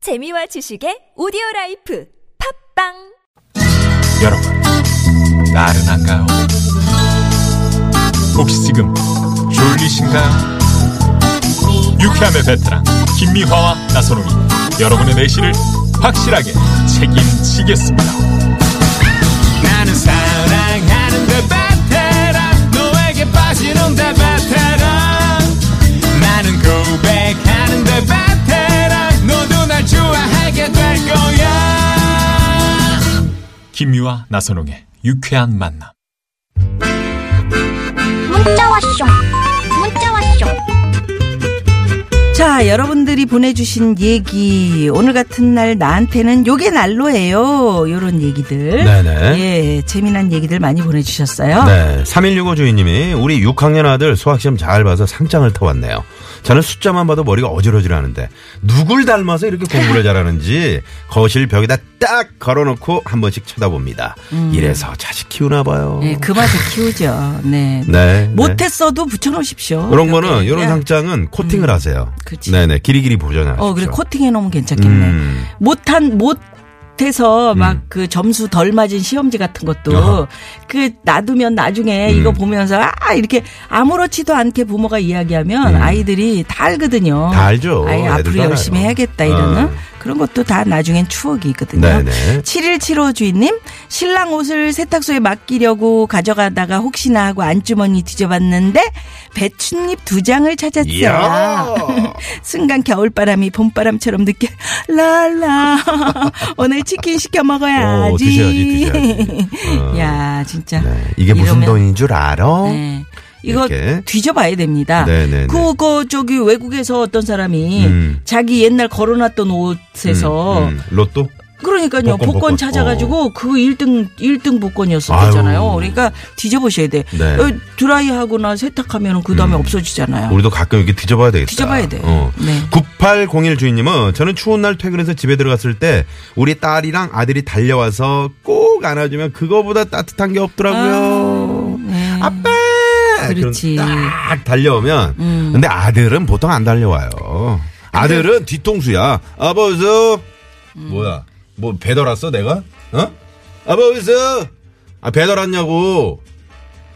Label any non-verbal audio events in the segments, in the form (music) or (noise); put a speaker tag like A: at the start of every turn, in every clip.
A: 재미와 지식의 오디오 라이프 팝빵
B: 여러분, 나른한가요? 혹시 지금 졸리신가요? 유쾌함의 베테랑 김미화와 나선홍이 여러분의 내실을 확실하게 책임지겠습니다.
C: 나는 사랑하는데 베테랑 너에게 빠지는데 베테랑 나는 고백하는데 베테랑 너도 날 좋아하게 될 거야
B: 김미화 나선홍의 유쾌한 만남.
D: 문자 왔쇼 문자 왔쇼
E: 자, 여러분들이 보내주신 얘기. 오늘 같은 날 나한테는 요게 난로예요. 요런 얘기들.
F: 네네.
E: 예, 재미난 얘기들 많이 보내주셨어요.
F: 네. 3165 주인님이 우리 6학년 아들 수학시험 잘 봐서 상장을 타왔네요. 저는 숫자만 봐도 머리가 어지러지라는데 누굴 닮아서 이렇게
E: (laughs)
F: 공부를 잘하는지 거실 벽에다 딱 걸어놓고 한 번씩 쳐다봅니다. 이래서 자식 키우나 봐요.
E: 예, 음. 그 맛을 키우죠. 네.
F: 네. 네.
E: 못했어도 붙여놓으십시오.
F: 이런 거는
E: 벽에.
F: 이런
E: 야.
F: 상장은 코팅을 하세요.
E: 네. 음. 그치.
F: 네네. 길이길이 보존하세요.
E: 어, 그래. 코팅해놓으면 괜찮겠네.
F: 음.
E: 못한, 못해서 막 그 점수 덜 맞은 시험지 같은 것도
F: 어허.
E: 그 놔두면 나중에
F: 음.
E: 이거 보면서 아, 이렇게 아무렇지도 않게 부모가 이야기하면 아이들이 다 알거든요.
F: 음. 다 알죠.
E: 아이,
F: 애들도
E: 앞으로
F: 알아요.
E: 열심히 해야겠다 이러는
F: 어.
E: 그런 것도 다 나중엔 추억이거든요.
F: 네네.
E: 7175 주인님, 신랑 옷을 세탁소에 맡기려고 가져가다가 혹시나 하고 안주머니 뒤져봤는데 배춧잎 두 장을 (laughs)
F: 이야.
E: 찾았어요. 순간 겨울바람이 봄바람처럼 느껴 랄라 (laughs) 오늘 치킨 시켜 먹어야지.
F: 오, 드셔야지,
E: (laughs)
F: 드셔야지. 어.
E: 야 진짜
F: 네. 이게 무슨
E: 이러면-
F: 돈인 줄 알아?
E: 네. 이거
F: 이렇게.
E: 뒤져봐야 됩니다.
F: 네네네.
E: 그거 저기 외국에서 어떤 사람이
F: 음.
E: 자기 옛날 걸어놨던 옷에서
F: 음, 음. 로또?
E: 그러니까요. 복권,
F: 복권, 복권.
E: 찾아가지고 그 1등 1등
F: 아유.
E: 복권이었었잖아요. 그러니까 뒤져보셔야 돼.
F: 네.
E: 어, 드라이하거나 세탁하면 그 다음에 없어지잖아요.
F: 우리도 가끔 이렇게 뒤져봐야 되겠다.
E: 뒤져봐야 돼.
F: 어.
E: 네.
F: 9801 주인님은 저는 추운 날 퇴근해서 집에 들어갔을 때 우리 딸이랑 아들이 달려와서 꼭 안아주면 그거보다 따뜻한 게 없더라고요.
E: 네.
F: 아, 빠
E: 그렇지. 음.
F: 딱 달려오면. 근데 아들은 보통 안 달려와요. 아들은 뒤통수야. 아버지.
E: 음.
F: 뭐야? 뭐 배달았어 내가? 어? 아버지. 아 배달았냐고.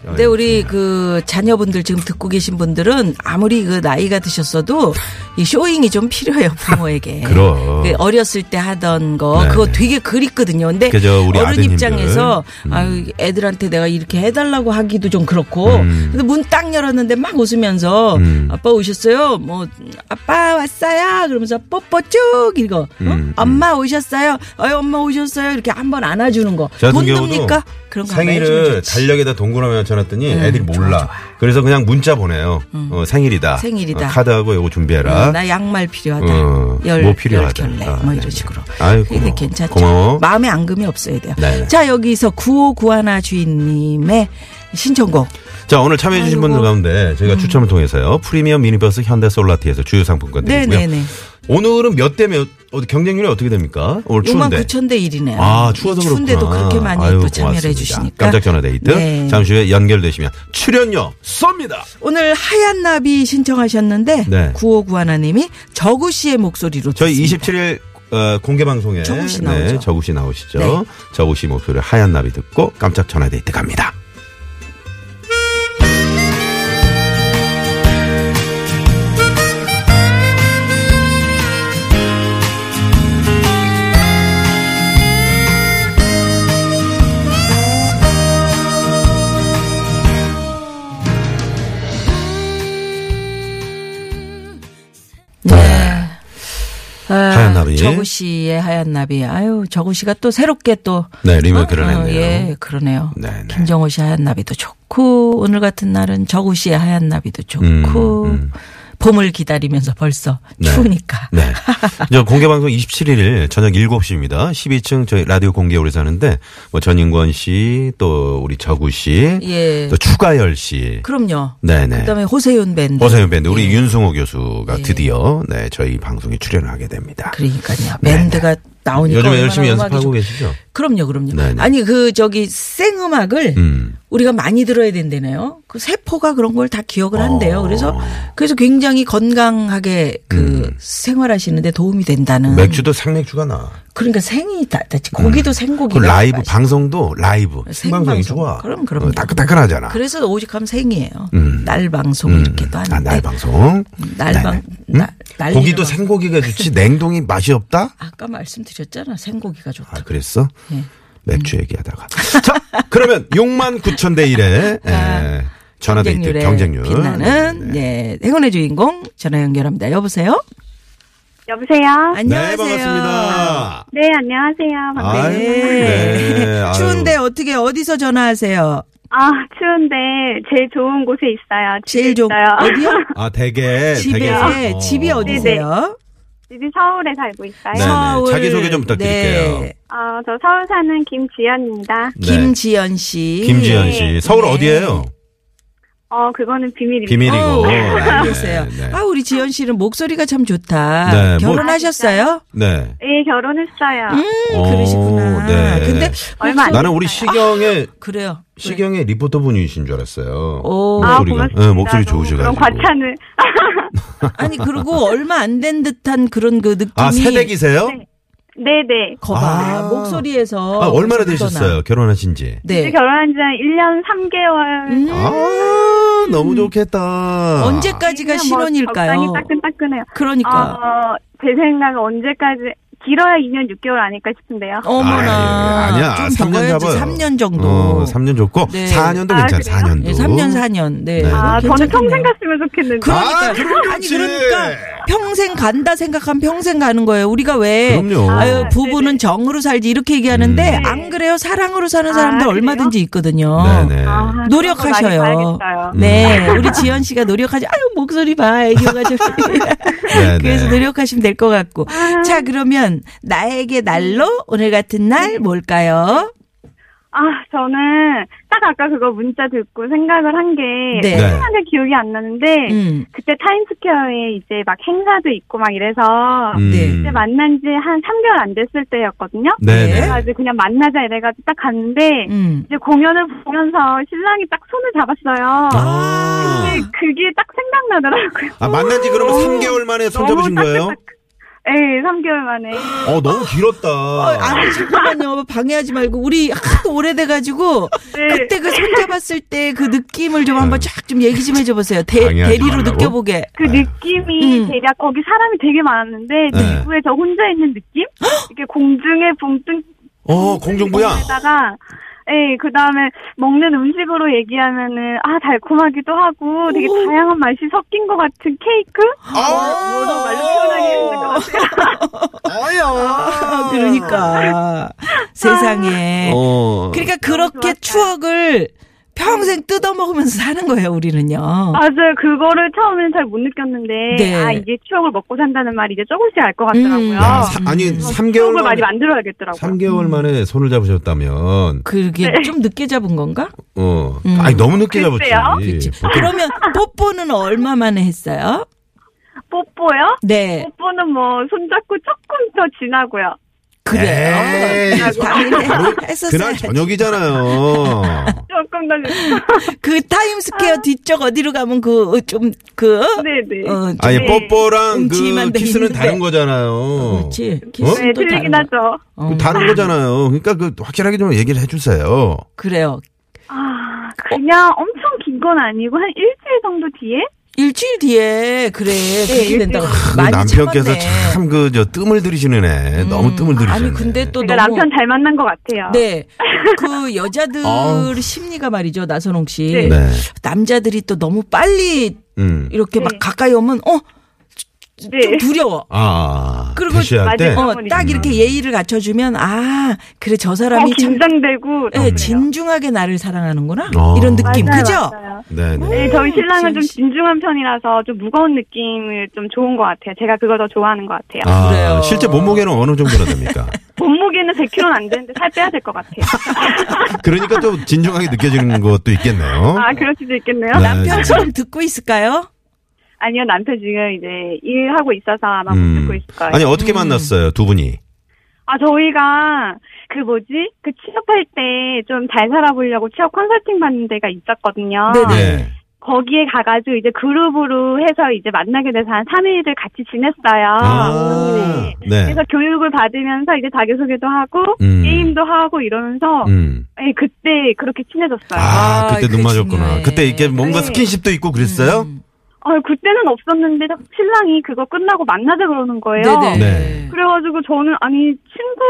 E: 근데 우리 그 자녀분들 지금 듣고 계신 분들은 아무리 그 나이가 드셨어도 이 쇼잉이 좀 필요해요 부모에게.
F: (laughs) 그럼.
E: 그 어렸을 때 하던 거
F: 네,
E: 그거
F: 네.
E: 되게 그립거든요. 근데
F: 그죠, 우리
E: 어른
F: 아드님들. 음.
E: 입장에서 아유 애들한테 내가 이렇게 해달라고 하기도 좀 그렇고.
F: 음.
E: 근데 문 딱 열었는데 막 웃으면서 아빠 오셨어요. 뭐 아빠 왔어요. 그러면서 뽀뽀 쭉 이거.
F: 음,
E: 어? 엄마 오셨어요. 어이 엄마 오셨어요. 이렇게 한번 안아주는 거.
F: 저
E: 못
F: 같은 경우도
E: 눕니까? 그런 거 한번 해주면
F: 생일을
E: 좋지. 음,
F: 달력에다 동그라미에 쳐놨더니 애들이 몰라. 그래서 그냥 문자 보내요. 어, 생일이다.
E: 생일이다.
F: 어, 카드하고 요거 준비해라.
E: 어, 나 양말 필요하다.
F: 그러니까. 어,
E: 열,
F: 뭐 필요하다.
E: 열 켤레.
F: 아,
E: 뭐
F: 네,
E: 이런
F: 네.
E: 식으로.
F: 아유,
E: 근데
F: 고마워.
E: 괜찮죠.
F: 고마워.
E: 마음에 앙금이 없어야 돼요.
F: 네, 네.
E: 자, 여기서 9591 주인님의 신청곡.
F: 자, 오늘 참여해주신
E: 아이고. 음.
F: 분들 가운데 저희가 추첨을 통해서요. 프리미엄 미니버스 현대 솔라티에서 주요 상품권 드리고요.
E: 네네네.
F: 오늘은 몇 대 몇, 어, 경쟁률이 어떻게 됩니까? 오늘
E: 6만
F: 추운데.
E: 9천 대 1이네요.
F: 아, 추워서 그렇구나.
E: 추운데도 그렇게 많이
F: 아유,
E: 또 참여를
F: 고맙습니다.
E: 해주시니까.
F: 깜짝 전화 데이트.
E: 네.
F: 잠시 후에 연결되시면 출연료 쏩니다.
E: 오늘 하얀 나비 신청하셨는데
F: 네.
E: 9591님이 저구 씨의 목소리로
F: 저희
E: 듣습니다.
F: 27일 어, 공개 방송에
E: 저구 씨 나오죠.
F: 네, 저구 씨 나오시죠.
E: 네.
F: 저구 씨 목소리 하얀 나비 듣고 깜짝 전화 데이트 갑니다.
E: 네. 아,
F: 하얀 나비.
E: 저구 씨의 하얀 나비. 아유, 저구 씨가 또 새롭게 또
F: 네, 리메이크를
E: 어,
F: 했네요.
E: 예, 그러네요.
F: 네, 네.
E: 김정호 씨 하얀 나비도 좋고 오늘 같은 날은 저구 씨의 하얀 나비도 좋고
F: 음,
E: 봄을 기다리면서 벌써
F: 네.
E: 추우니까. (laughs)
F: 네. 저 공개 방송 27일 저녁 7시입니다. 12층 저희 라디오 공개홀에 사는데 뭐 전인권 씨, 또 우리 저구 씨,
E: 예.
F: 또 추가열 씨.
E: 그럼요.
F: 네네.
E: 그다음에 호세윤 밴드.
F: 어서요 밴드 우리
E: 예.
F: 윤승호 교수가 드디어 네, 저희 방송에 출연을 하게 됩니다.
E: 그러니까요.
F: 네,
E: 밴드가 나오니까
F: 요즘에
E: 얼마나
F: 열심히
E: 음악이
F: 연습하고
E: 좋-
F: 계시죠?
E: 그럼요, 그럼요.
F: 네, 네.
E: 아니 그 저기 생음악을
F: 음.
E: 우리가 많이 들어야 된다네요. 그 세포가 그런 걸 다 기억을 한대요.
F: 어.
E: 그래서 그래서 굉장히 건강하게 그 생활하시는데 도움이 된다는.
F: 음. 맥주도 생맥주가 나.
E: 그러니까 생이 다, 다 고기도 생고기.
F: 그 라이브 방송도 라이브
E: 음. 생방송.
F: 생방송이 좋아.
E: 그럼, 그럼요.
F: 어, 따끈따끈하잖아.
E: 그래서 오직하면 생이에요.
F: 음.
E: 날 방송 이렇게 또 하는데. 음,
F: 아, 날 방송.
E: 날
F: 날,
E: 방-
F: 응?
E: 날- 날
F: 고기도
E: 방송.
F: 생고기가
E: (laughs)
F: 좋지 냉동이 맛이 없다?
E: 아까 말씀드렸잖아. 생고기가 좋다.
F: 아, 그랬어?
E: 예.
F: 맥주 얘기하다가. 자, 그러면 6만 9천 대 1에 예, 전화데이트
E: 경쟁률에
F: 경쟁률. 네,
E: 빛나는 예, 행운의 주인공 전화 연결합니다. 여보세요.
G: 여보세요?
F: 네,
E: 안녕하세요.
F: 반갑습니다.
G: 네, 안녕하세요. 반가워요.
F: 아유, 네, 아유.
E: 추운데 어떻게 어디서 전화하세요?
G: 아, 추운데 제일 좋은 곳에 있어요. 집에
E: 제일 좋은
G: 있어요.
E: 어디요?
F: (laughs) 아, 대게.
E: 집에 아, 네,
F: 대게에서. 어.
E: 집이 어디세요?
G: 집이 서울에 살고 있어요.
F: 네. 자기소개 좀 부탁드릴게요.
E: 네.
G: 어, 저 서울 사는 김지연입니다.
F: 네.
E: 김지연 씨.
F: 김지연 씨. 서울
E: 네.
F: 어디예요?
G: 어, 그거는 비밀입니다.
F: 비밀이고.
E: 어,
F: 네,
E: 알겠어요.
F: 네.
E: 아 우리 지연 씨는 목소리가 참 좋다.
F: 네, 뭐-
E: 결혼하셨어요?
F: 네.
G: 예, 결혼했어요.
E: 음, 그러시구나.
F: 오, 네.
E: 근데 아,
G: 얼마 안
F: 나는 우리 시경의
E: 그래요.
F: 시경의 리포터 분이신 줄 알았어요.
E: 오.
G: 아,
F: 목소리가.
G: 고맙습니다.
F: 네, 목소리
G: 너무
F: 좋으셔가지고.
G: 그런 과찬을. (laughs)
E: 아니 그리고 얼마 안 된 듯한 그런 그 느낌이
F: 아, 새댁이세요?
E: 네.
G: 네네.
E: 거봐
F: 아.
E: 목소리에서
F: 아, 얼마나
E: 묻어나.
F: 되셨어요? 결혼하신 지?
E: 네.
G: 결혼한 지 한 1년 3개월.
E: 음,
F: 아, 너무 좋겠다.
E: 언제까지가
G: 그냥 뭐
E: 신혼일까요?
G: 적당히 따끈따끈해요.
E: 그러니까
G: 어, 제 생각은 언제까지, 길어야 2년 6개월 아닐까 싶은데요.
E: 어머나
F: 아, 예, 예. 아니야.
E: 좀
F: 3년
E: 먹어야지
F: 잡아요.
E: 3년 정도.
F: 어, 3년 좋고
E: 네.
F: 4년도 괜찮아.
G: 아, 그래요?
F: 4년도.
E: 예, 3년 4년. 네.
F: 네.
G: 아, 저는
E: 괜찮겠네요.
G: 평생 갔으면 좋겠는데.
E: 그러니까
F: 아, 그럼
E: 아니
F: 그렇지.
E: 그러니까 평생 간다 생각하면 평생 가는 거예요. 우리가 왜
F: 그럼요. 음.
E: 아유
G: 아,
E: 부부는 정으로 살지 이렇게 얘기하는데 안 그래요. 사랑으로 사는 사람들
G: 아,
E: 얼마든지 있거든요.
F: 네네. 음.
G: 아, 그런 거
E: 노력하셔요.
G: 많이 봐야겠어요.
E: 네, 우리 지연 씨가 노력하죠. 아유 목소리 봐, 애교가 좀.
F: (laughs) 네네.
E: 그래서 노력하시면 될 것 같고. 자, 그러면 나에게 날로 오늘 같은 날 뭘까요?
G: 아, 저는 딱 아까 그거 문자 듣고 생각을 한 게,
E: 네.
G: 생각하게 기억이 안 나는데,
E: 음,
G: 그때 타임스퀘어에 이제 막 행사도 있고 막 이래서,
F: 음.
E: 네.
G: 그때 만난 지 한 3개월 안 됐을 때였거든요.
F: 네네.
G: 그래가지고 그냥 만나자 이래가지고 딱 갔는데,
E: 음.
G: 이제 공연을 보면서 신랑이 딱 손을 잡았어요.
F: 아,
G: 근데 그게 딱 생각나더라고요. (laughs)
F: 아, 만난 지 그러면
G: 오.
F: 3개월 만에 손잡으신
G: 너무
F: 거예요?
G: 따뜻하고. 네, 3개월 만에.
F: 어, 너무 길었다.
E: 어, 아니 잠깐만요 방해하지 말고 우리 하도 오래돼가지고
G: 네.
E: 그때 그 손잡았을 때 그 느낌을 좀 한번 쫙 좀 얘기 좀 해줘보세요 대,
F: 방해하지
E: 대리로
F: 말라고?
E: 느껴보게
G: 그 느낌이
E: 음.
G: 대략 거기 사람이 되게 많았는데
F: 네.
G: 내부에 저 혼자 있는 느낌? 이렇게 공중에 붕뜬
F: 어, 공중부양.
G: 에다가 예, 그 다음에 먹는 음식으로 얘기하면은 아 달콤하기도 하고 되게
E: 오.
G: 다양한 맛이 섞인 것 같은 케이크?
E: 어,
F: 아,
G: 뭐라고 말로 표현하기 힘든 것 같아요. 어,
E: 아, 그러니까 세상에
F: 어.
E: 그러니까 그렇게
G: 그러니까. 아. 좋았다.
E: 추억을 평생 뜯어먹으면서 사는 거예요 우리는요
G: 맞아요. 그거를 처음에는 잘 못 느꼈는데
E: 네.
G: 아 이게 추억을 먹고 산다는 말 이제 조금씩 알 것 같더라고요. 어,
E: 음.
F: 야, 사- 아니,
E: 음.
G: 추억을
F: 3개월 만에,
G: 많이 만들어야겠더라고요.
F: 3개월 만에 손을 잡으셨다면,
E: 그게
G: 네.
E: 좀 늦게 잡은 건가
F: 어.
E: 음.
F: 아니, 너무 늦게 잡았지.
G: 글쎄요.
E: 그치.
F: 예, 보통
E: 그러면 뽀뽀는 얼마 만에 했어요
G: 뽀뽀요?
E: 네
G: 뽀뽀는 뭐 손잡고 조금 더 지나고요.
E: 그래요 아,
F: 에이,
E: 당연히 했었어요
F: 네.
E: (laughs)
F: 그날 저녁이잖아요.
G: 조금 더
E: 그 타임스퀘어 뒤쪽 어디로 가면 그 좀 그
G: 아. 네네.
E: 어, 좀-
F: 아니
G: 네.
F: 뽀뽀랑 그
E: 움찔만 돼
F: 키스는
E: 있는데.
F: 다른 거잖아요.
E: 그렇지 키스도
G: 네, 틀리긴
E: 다른 거.
G: 하죠.
E: 어,
F: 뭐, 어? 그 다른 거잖아요. 그러니까 그 확실하게 좀 얘기를 해주세요.
E: 그래요
G: 아, 그냥
E: 어?
G: 엄청 긴 건 아니고 한 일주일 정도 뒤에?
E: 일주일 뒤에 그래 그렇게
G: 네, 일주일
E: 된다고
F: 그
E: 많이
F: 남편께서
E: 참았네. 음.
F: 참 그 저 뜸을 들이시는 애 너무 뜸을 들이시네.
E: 아니 근데 또
G: 제가
E: 어, 너무
G: 남편 잘 만난 것 같아요.
E: 네.
G: (laughs)
E: 그 여자들
F: 아우.
E: 심리가 말이죠. 나선홍 씨.
G: 네.
F: 네.
E: 남자들이 또 너무 빨리
F: 음.
E: 이렇게 막
G: 네.
E: 가까이 오면 어? 좀
G: 네.
E: 두려워.
F: 아.
E: 그리고
F: 대시할 때. 음.
G: 마지막-
E: 어, 딱 이렇게 예의를 갖춰주면 아 그래 저
G: 어,
E: 사람이 참
G: 긴장되고.
E: 네, 진중하게 나를 사랑하는구나
F: 어.
E: 이런 느낌
G: 맞아요,
E: 그죠?
G: 맞아요.
F: 네네.
G: 네, 저희 신랑은 좀
E: 진심.
G: 진중한 편이라서 좀 무거운 느낌을 좀 좋은 것 같아요. 제가 그걸 더 좋아하는 것 같아요.
F: 아,
E: 그래요.
F: 실제 몸무게는 어느 정도나 됩니까?
G: 몸무게는 100kg는 안 되는데 살 빼야 될 것 같아요.
F: 그러니까 좀 진중하게 느껴지는 것도 있겠네요.
G: 아, 그럴 수도 있겠네요.
F: 네.
E: 어. 남편 지금 듣고 있을까요? 음.
G: 아니요, 아, 음.
F: 음.
G: 남편 지금 이제 일하고 있어서 아마 못 듣고 있을 거예요.
F: 아니 어떻게 만났어요 두 분이?
G: 아, 저희가 그 뭐지? 그 취업할 때 좀 잘 살아보려고 취업 컨설팅 받는 데가 있었거든요.
E: 네네.
F: 네.
G: 거기에 가가지고 이제 그룹으로 해서 이제 만나게 돼서 한 3일을 같이 지냈어요.
E: 아.
G: 네.
F: 아, 네.
G: 아, 그래서 교육을 받으면서 이제 자기소개도 하고
F: 음.
G: 게임도 하고 이러면서
F: 음.
G: 예, 그때 그렇게 친해졌어요.
F: 아,
E: 아,
F: 그때
E: 그게
F: 눈 맞았구나.
E: 중요해.
F: 그때 이게 뭔가
G: 네.
F: 스킨십도 있고 그랬어요?
E: 음.
G: 어, 그때는 없었는데 자꾸 신랑이 그거 끝나고 만나자 그러는 거예요.
E: 네네.
F: 네.
G: 그래가지고 저는 아니 친구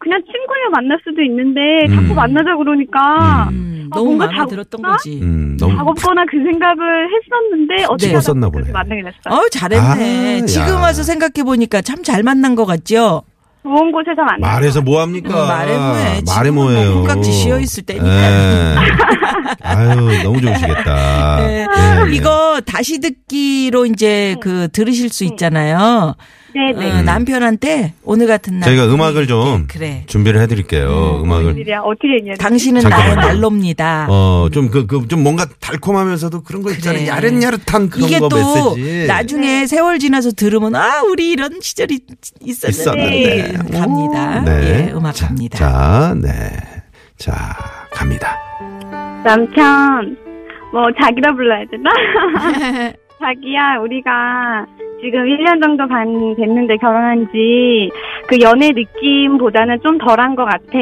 G: 그냥 친구야 만날 수도 있는데
F: 음.
G: 자꾸 만나자 그러니까
E: 음,
G: 아,
E: 너무
G: 뭔가
E: 마음에
G: 다
E: 들었던
G: 없나?
E: 거지.
F: 음, 너무
G: 작업거나 그 생각을 했었는데 어떻게 하다
F: 싶었었나
G: 그렇게
F: 보네.
G: 만나게 됐어요.
E: 어 잘했네.
F: 아,
E: 지금
F: 야.
E: 와서 생각해 보니까 참 잘 만난 것 같죠.
G: 좋은 곳에서 만나.
F: 말해서 뭐 합니까?
E: 음, 말해 뭐해.
F: 말해
E: 지금은
F: 뭐해요.
E: 뭐 콩깍지 씌어 있을 때니까.
F: 예. (laughs) 아유, 너무 좋으시겠다.
E: 네.
F: 예, 예.
E: 이거 다시 듣기로 이제 그 들으실 수 있잖아요.
G: 네. 네네.
F: 음.
E: 어, 남편한테 오늘 같은 날
F: 저희가 음악을 좀
E: 그래.
F: 준비를 해드릴게요. 음, 악을
G: 일이야 어떻게 얘기해?
E: 당신은
F: 잠깐만요.
E: 나의 날로입니다.
F: 어, 좀, 그, 그, 좀 뭔가 달콤하면서도 그런 거 있잖아요.
E: 그래.
F: 야릇야릇한 그런
E: 이게
F: 거
E: 또
F: 메시지.
G: 네.
E: 나중에 세월 지나서 들으면 아 우리 이런 시절이 있었는데,
F: 있었는데.
E: 갑니다.
F: 네.
E: 예, 음악
F: 자,
E: 갑니다.
F: 자, 네. 자, 갑니다.
G: 남편 뭐 자기라 불러야 되나? 자기야 우리가 지금 1년 정도 반 됐는데 결혼한 지 그 연애 느낌보다는 좀 덜한 것 같아.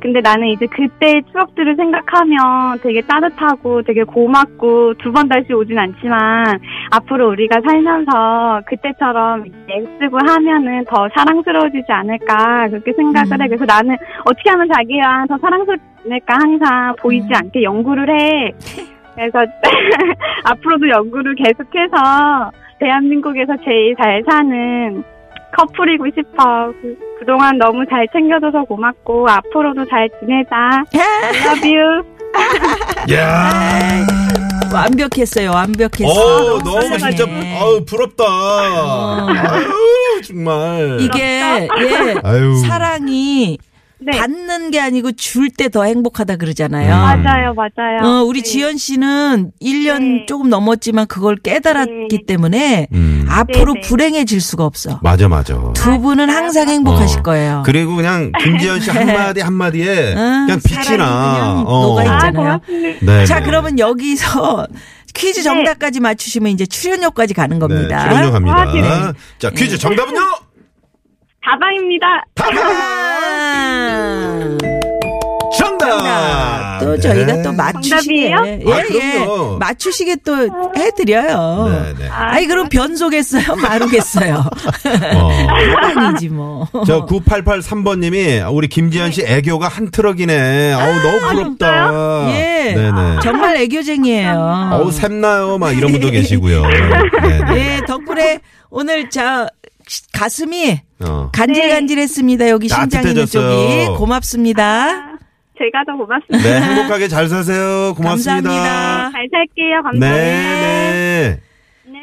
G: 근데 나는 이제 그때의 추억들을 생각하면 되게 따뜻하고 되게 고맙고 두 번 다시 오진 않지만 앞으로 우리가 살면서 그때처럼 애쓰고 하면은 더 사랑스러워지지 않을까 그렇게 생각을 해. 그래서 나는 어떻게 하면 자기랑 더 사랑스럽을까 항상 보이지
E: 음.
G: 않게 연구를
E: (laughs)
G: 해. 그래서 (laughs) 앞으로도 연구를 계속해서 대한민국에서 제일 잘 사는 커플이고 싶어. 그- 그동안 너무 잘 챙겨줘서 고맙고 앞으로도 잘 지내자.
E: 예, (laughs)
G: Love you.
E: 네.
F: 야
E: 완벽했어요. 완벽했어요.
F: 어, 너무
E: 세상에.
F: 진짜, 아우, 부럽다. 아유, 정말.
E: 이게 예
F: 아유.
E: 사랑이
G: 네.
E: 받는 게 아니고 줄 때 더 행복하다 그러잖아요.
F: 음.
G: 맞아요, 맞아요.
E: 어, 우리
G: 네.
E: 지연 씨는 1년
G: 네.
E: 조금 넘었지만 그걸 깨달았기
G: 네.
E: 때문에
F: 음.
E: 앞으로
G: 네, 네.
E: 불행해질 수가 아- 없어.
F: 맞아, 맞아.
E: 두 분은 항상 행복하실
F: 어.
E: 거예요.
F: 그리고 그냥 김지현 씨 한마디 한마디에
E: 응,
F: 그냥 빛이
E: 어, 사랑이
F: 나.
E: 그냥
F: 어.
E: 녹아있잖아.
G: 아, 고맙습니다.
F: 네,
E: 자,
F: 네.
E: 그러면 여기서 (laughs)
G: 네.
E: 퀴즈 정답까지 맞추시면 이제 출연료까지 가는
F: 네,
E: 겁니다. 네.
F: 출연료
G: 아,
F: 갑니다.
G: 그래.
F: 자, 퀴즈 정답은요?
G: 다방입니다.
E: 아,
F: 정답!
E: 정답. 또
F: 네.
E: 저희가 또 맞추시게
G: 정답이에요?
E: 예,
F: 아,
E: 예.
F: 그럼요.
E: 맞추시게 또 해드려요.
F: 네, 네.
E: 아니 그럼 변속했어요, (laughs)
G: (laughs)
E: 마루겠어요.
F: 어.
E: 아니지 뭐. (laughs)
F: 저 9883번님이 우리 김지현 씨 애교가 한 트럭이네. 어우, 너무 부럽다.
E: 예,
F: 네네. 아,
E: 정말 애교쟁이에요.
F: 어우, 샘나요. 막 이런 분도 계시고요. 네네.
E: 예, 덕분에 오늘 저 시- 가슴이
G: 네.
F: 어.
E: 간질간질했습니다. 여기 심장 있는 쪽이
F: 따뜻해졌어요.
E: 고맙습니다.
G: 제가 더 고맙습니다.
F: 네, 행복하게 잘 사세요. 고맙습니다.
E: 감사합니다.
G: 잘 살게요.
F: 네,
G: 감사합니다.
F: 네.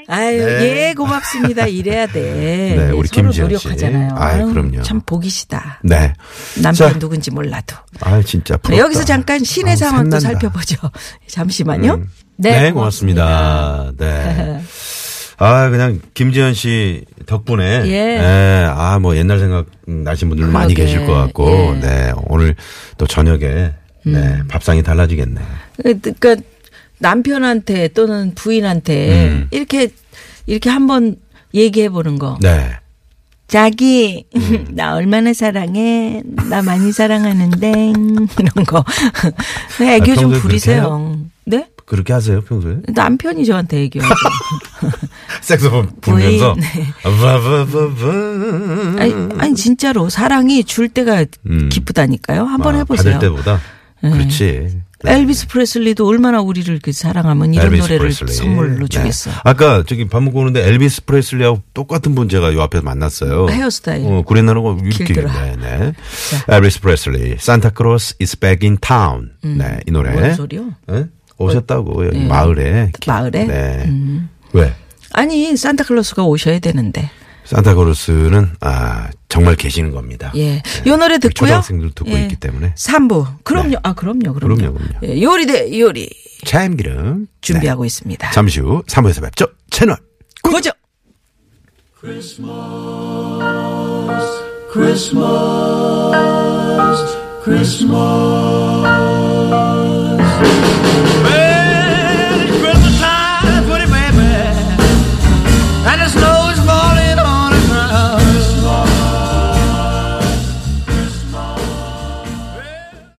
E: 아유,
F: 네.
E: 예, 고맙습니다. 이래야 돼.
F: 네, 우리
E: 서로
F: 김지연 씨.
E: 노력하잖아요.
F: 아유, 그럼요.
E: 참 복이시다.
F: 네.
E: 남편
F: 자.
E: 누군지 몰라도.
F: 아, 진짜
E: 네,
F: 부럽다.
E: 여기서 잠깐 시내
F: 아우,
E: 상황도
F: 샘난다.
E: 살펴보죠. (laughs) 잠시만요.
F: 네, 고맙습니다.
E: (laughs)
F: 네. 아, 그냥 김지현 씨 덕분에
E: 예.
F: 예, 아, 뭐 옛날 생각 나신 분들 도 많이
E: 그러게.
F: 계실 것 같고.
E: 예. 음.
F: 네. 오늘 또 저녁에 네, 밥상이 달라지겠네.
E: 그러니까 남편한테 또는 부인한테
F: 음.
E: 이렇게 이렇게 한번 얘기해 보는 거.
F: 네. 음.
E: 자기 (laughs) 나 얼마나 사랑해 나 많이 사랑하는데 (laughs) 이런 거 (laughs) 네, 애교
F: 아,
E: 좀
F: 평소에
E: 부리세요. 네
F: 그렇게 하세요,
E: (laughs)
F: 평소에?
E: 남편이 저한테 애교.
F: (laughs) 색소폰 불면서 아,
E: 부인, 네.
F: 바바바바
E: 아니,
F: 음,
E: 아니 진짜로 사랑이 줄 때가 기쁘다니까요. 한번
F: 아,
E: 해보세요.
F: 받을 때보다 그렇지. 네.
E: 엘비스 프레슬리도 얼마나 우리를 그 사랑하면 이런
F: 엘비스
E: 노래를
F: 프레슬리.
E: 선물로
F: 네.
E: 주겠어.
F: 아까 저기 밥 먹고 오는데 엘비스 프레슬리하고 똑같은 분 제가 요 앞에서 만났어요.
E: 아, 헤어스타일.
F: 어, 구레나룻고 이렇게.
E: 길더라.
F: 네, 네. 엘비스 프레슬리, 산타크로스 is back in town. 네, 이 노래.
E: 음. 뭔 소리요?
F: 예? 오셨다고 여기 마을에.
E: 마을에? 음.
F: 네. 왜?
E: 아니 산타클로스가 오셔야 되는데.
F: 산타크로스는 아 정말 계시는 겁니다.
E: 예. 요 노래
F: 우리
E: 듣고요.
F: 네. 초등학생들 듣고 있기 때문에.
E: 3부. 그럼요.
F: 네.
E: 아, 그럼요. 그럼요.
F: 그럼요, 그럼요.
E: 예, 요리 대 요리
F: 참기름
E: 준비하고 있습니다.
F: 네. 잠시 후 3부에서 뵙죠. 채널
E: 고정.
H: Christmas, Christmas, Christmas.